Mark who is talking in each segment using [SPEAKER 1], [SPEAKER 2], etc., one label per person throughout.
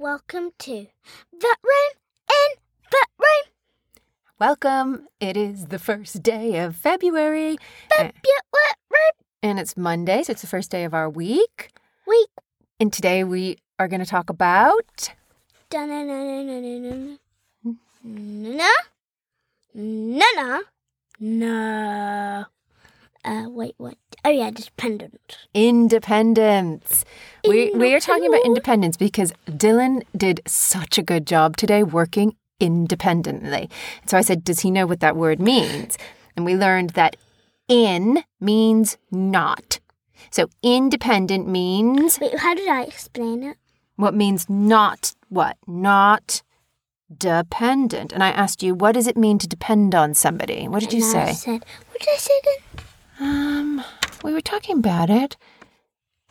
[SPEAKER 1] Welcome to the room in the room.
[SPEAKER 2] Welcome. It is the first day of February.
[SPEAKER 1] The beaut- room.
[SPEAKER 2] And it's Monday, so it's the first day of our week.
[SPEAKER 1] Week.
[SPEAKER 2] And today we are going to talk about
[SPEAKER 1] Dun-dun-dun-dun-dun-dun-dun. Na-na. Na-na. No. Uh, wait, what? Oh, yeah, dependent.
[SPEAKER 2] independence. We we are talking about
[SPEAKER 1] Independence.
[SPEAKER 2] independence because Dylan did such a good job today working independently. So I said, "Does he know what that word means?" And we learned that in means not. So independent means
[SPEAKER 1] Wait, how did I explain it?
[SPEAKER 2] what means not what? Not dependent. And I asked you, what does it mean to depend on somebody? What did you
[SPEAKER 1] And I
[SPEAKER 2] say?
[SPEAKER 1] said, what did I say again?
[SPEAKER 2] Um, we were talking about it.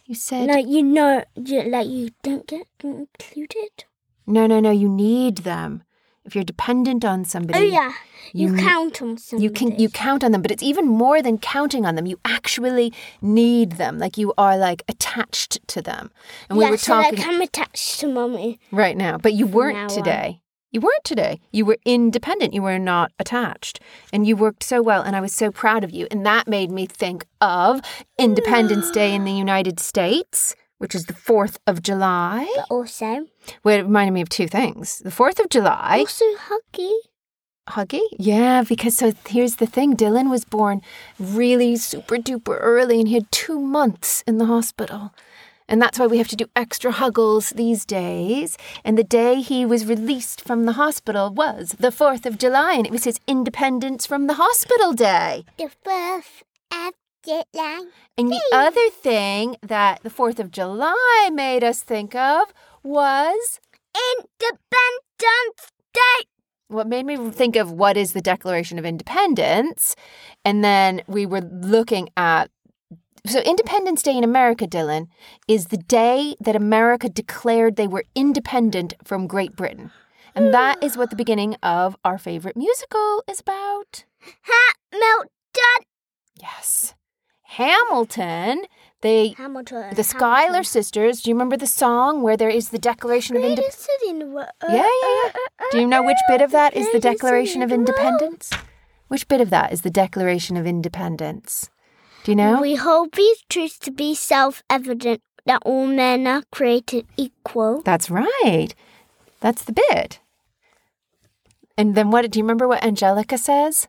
[SPEAKER 2] You said
[SPEAKER 1] Like you know, you, like you don't get included.
[SPEAKER 2] No, no, no. You need them. If you're dependent on somebody,
[SPEAKER 1] Oh yeah, you,
[SPEAKER 2] you-
[SPEAKER 1] count on somebody.
[SPEAKER 2] you can you count on them. But it's even more than counting on them. You actually need them. Like you are like attached to them. And
[SPEAKER 1] yeah,
[SPEAKER 2] we were
[SPEAKER 1] so
[SPEAKER 2] talking
[SPEAKER 1] like I'm attached to mommy.
[SPEAKER 2] right now, but you
[SPEAKER 1] now on.
[SPEAKER 2] weren't today. You weren't today. You were independent. You were not attached. And you worked so well. And I was so proud of you. And that made me think of Independence Day in the United States, which is the 4th of July.
[SPEAKER 1] But also,
[SPEAKER 2] Well, it reminded me of two things. The 4th of July.
[SPEAKER 1] also huggy.
[SPEAKER 2] Huggy? Yeah, because so here's the thing Dylan was born really super duper early and he had two months in the hospital. And that's why we have to do extra huggles these days. And the day he was released from the hospital was the 4th of July, and it was his Independence from the Hospital Day.
[SPEAKER 1] The first of July.
[SPEAKER 2] And the other thing that the 4th of July made us think of was
[SPEAKER 1] Independence Day.
[SPEAKER 2] what made me think of what is the Declaration of Independence. And then we were looking at. So, Independence Day in America, Dylan, is the day that America declared they were independent from Great Britain. And that is what the beginning of our favorite musical is about.
[SPEAKER 1] Hamilton.
[SPEAKER 2] Yes. Hamilton, they.
[SPEAKER 1] Hamilton.
[SPEAKER 2] The Schuyler sisters, do you remember the song where there is the Declaration of Independence?
[SPEAKER 1] Greatest city in the uh, world.
[SPEAKER 2] Yeah, yeah, yeah. Do you know which bit of that is the
[SPEAKER 1] uh, Greatest
[SPEAKER 2] Declaration of
[SPEAKER 1] city in the world.
[SPEAKER 2] Independence? Which bit of that is the Declaration of Independence? Do you know?
[SPEAKER 1] We hold these truths to be self evident that all men are created equal.
[SPEAKER 2] That's right. That's the bit. And then what? Do you remember what Angelica says?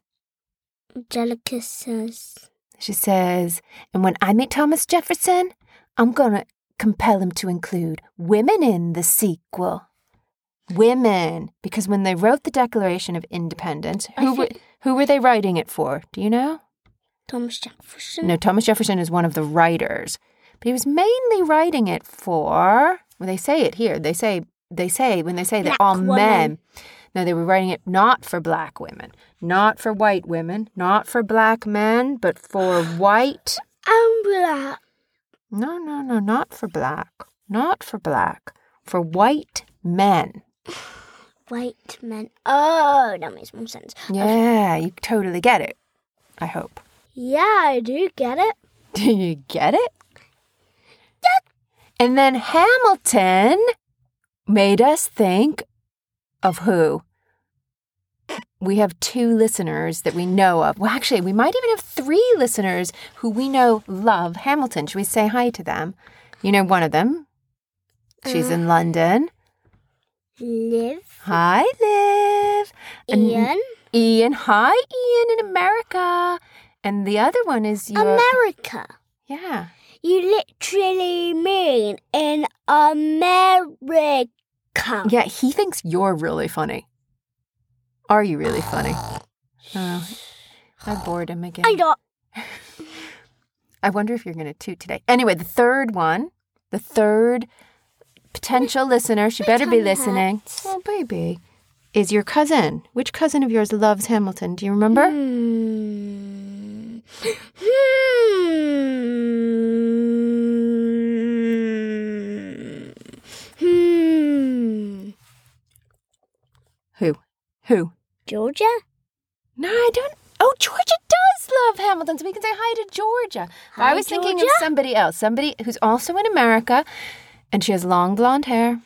[SPEAKER 1] Angelica says,
[SPEAKER 2] She says, and when I meet Thomas Jefferson, I'm going to compel him to include women in the sequel. Women. Because when they wrote the Declaration of Independence,
[SPEAKER 1] I
[SPEAKER 2] who, were,
[SPEAKER 1] thi-
[SPEAKER 2] who were they writing it for? Do you know?
[SPEAKER 1] Thomas Jefferson.
[SPEAKER 2] No, Thomas Jefferson is one of the writers, but he was mainly writing it for. Well, they say it here. They say they say when they say that
[SPEAKER 1] Black
[SPEAKER 2] all
[SPEAKER 1] woman.
[SPEAKER 2] men. No, they were writing it not for black women, not for white women, not for black men, but for white.
[SPEAKER 1] I'm black.
[SPEAKER 2] No, no, no, not for black, not for black, for white men.
[SPEAKER 1] White men. Oh, that makes more sense.
[SPEAKER 2] Yeah, you totally get it. I hope.
[SPEAKER 1] Yeah, I do get it.
[SPEAKER 2] Do you get it? And then Hamilton made us think of who? We have two listeners that we know of. Well, actually, we might even have three listeners who we know love Hamilton. Should we say hi to them? You know one of them. She's in London.
[SPEAKER 1] Live.
[SPEAKER 2] Hi, Liv. And
[SPEAKER 1] Ian.
[SPEAKER 2] Ian. Hi, Ian in America. And the other one is your.
[SPEAKER 1] America.
[SPEAKER 2] yeah.
[SPEAKER 1] You literally mean in America.
[SPEAKER 2] Yeah, he thinks you're really funny. Are you really funny? Oh, I bored him again.
[SPEAKER 1] I don't.
[SPEAKER 2] I wonder if you're going to toot today. Anyway, the third one, the third potential listener, she better be
[SPEAKER 1] tongue
[SPEAKER 2] listening.
[SPEAKER 1] hurts.
[SPEAKER 2] Oh, baby, is your cousin. Which cousin of yours loves Hamilton? Do you remember?
[SPEAKER 1] Hmm. Hmm. Hmm.
[SPEAKER 2] Who? Who?
[SPEAKER 1] Georgia?
[SPEAKER 2] No, I don't. Oh, Georgia does love Hamilton, so we can say hi to Georgia. But
[SPEAKER 1] Hi,
[SPEAKER 2] I was thinking of
[SPEAKER 1] Georgia.
[SPEAKER 2] somebody else, somebody who's also in America, and she has long blonde hair.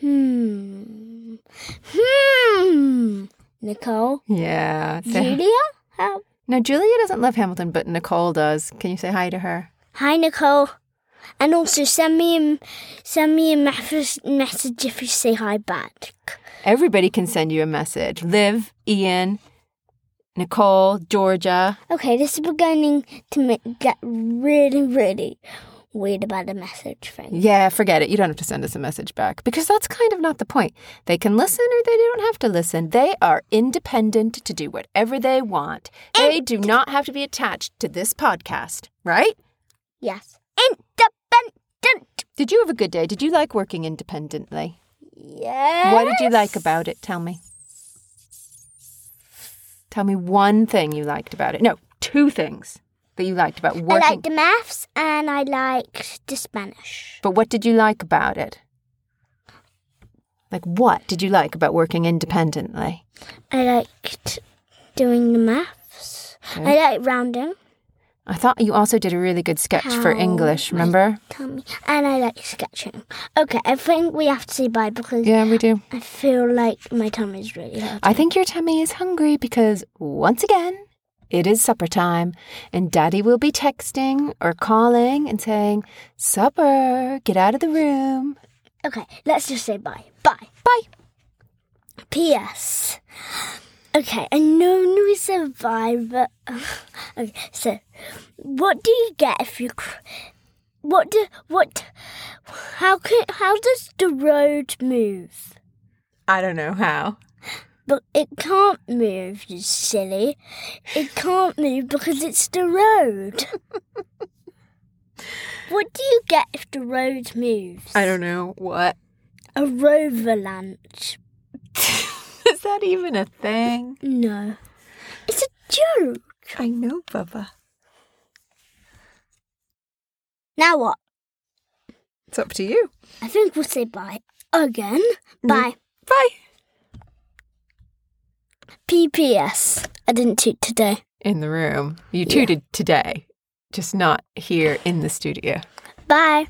[SPEAKER 1] Hmm. Hmm. Nicole?
[SPEAKER 2] Yeah. say-
[SPEAKER 1] Julia? How?
[SPEAKER 2] No, Julia doesn't love Hamilton, but Nicole does. Can you say hi to her?
[SPEAKER 1] Hi, Nicole. And also send me a, send me a mef- message if you say hi back.
[SPEAKER 2] Everybody can send you a message. Liv, Ian, Nicole, Georgia.
[SPEAKER 1] Okay, this is beginning to make, get really, really weird about the message thing.
[SPEAKER 2] Yeah, forget it. You don't have to send us a message back because that's kind of not the point. They can listen or they don't have to listen. They are independent to do whatever they want. They do not have to be attached to this podcast, right?
[SPEAKER 1] Yes. Independent.
[SPEAKER 2] Did you have a good day? Did you like working independently?
[SPEAKER 1] Yes.
[SPEAKER 2] What did you like about it? Tell me. Tell me one thing you liked about it. No, two things that you liked about
[SPEAKER 1] I
[SPEAKER 2] working.
[SPEAKER 1] like the maths and I like the Spanish.
[SPEAKER 2] But what did you like about it? Like, what did you like about working independently?
[SPEAKER 1] I liked doing the maths.
[SPEAKER 2] Hmm.
[SPEAKER 1] I like rounding.
[SPEAKER 2] I thought you also did a really good sketch for
[SPEAKER 1] How
[SPEAKER 2] English,
[SPEAKER 1] my-
[SPEAKER 2] remember?
[SPEAKER 1] Tell me. And I like sketching. Okay, I think we have to say bye because
[SPEAKER 2] Yeah, we do.
[SPEAKER 1] I feel like my tummy's really hurt.
[SPEAKER 2] I think your tummy is hungry because, once again, it is supper time, and Daddy will be texting or calling and saying, Supper, get out of the room.
[SPEAKER 1] Okay, let's just say bye. Bye.
[SPEAKER 2] Bye.
[SPEAKER 1] P.S. Okay, I know we said bye, but okay. So, what do you get if you? Cr- what do what? How can how does the road move?
[SPEAKER 2] I don't know how.
[SPEAKER 1] But it can't move, you silly. It can't move because it's the road. what do you get if the road moves?
[SPEAKER 2] I don't know what.
[SPEAKER 1] A rover lunch.
[SPEAKER 2] is that even a thing?
[SPEAKER 1] No. It's a joke.
[SPEAKER 2] I know, Bubba.
[SPEAKER 1] Now what?
[SPEAKER 2] It's up to you.
[SPEAKER 1] I think we'll say bye again. Bye.
[SPEAKER 2] Bye.
[SPEAKER 1] PPS. I didn't toot today.
[SPEAKER 2] In the room. You tooted today, just not here in the studio.
[SPEAKER 1] Bye.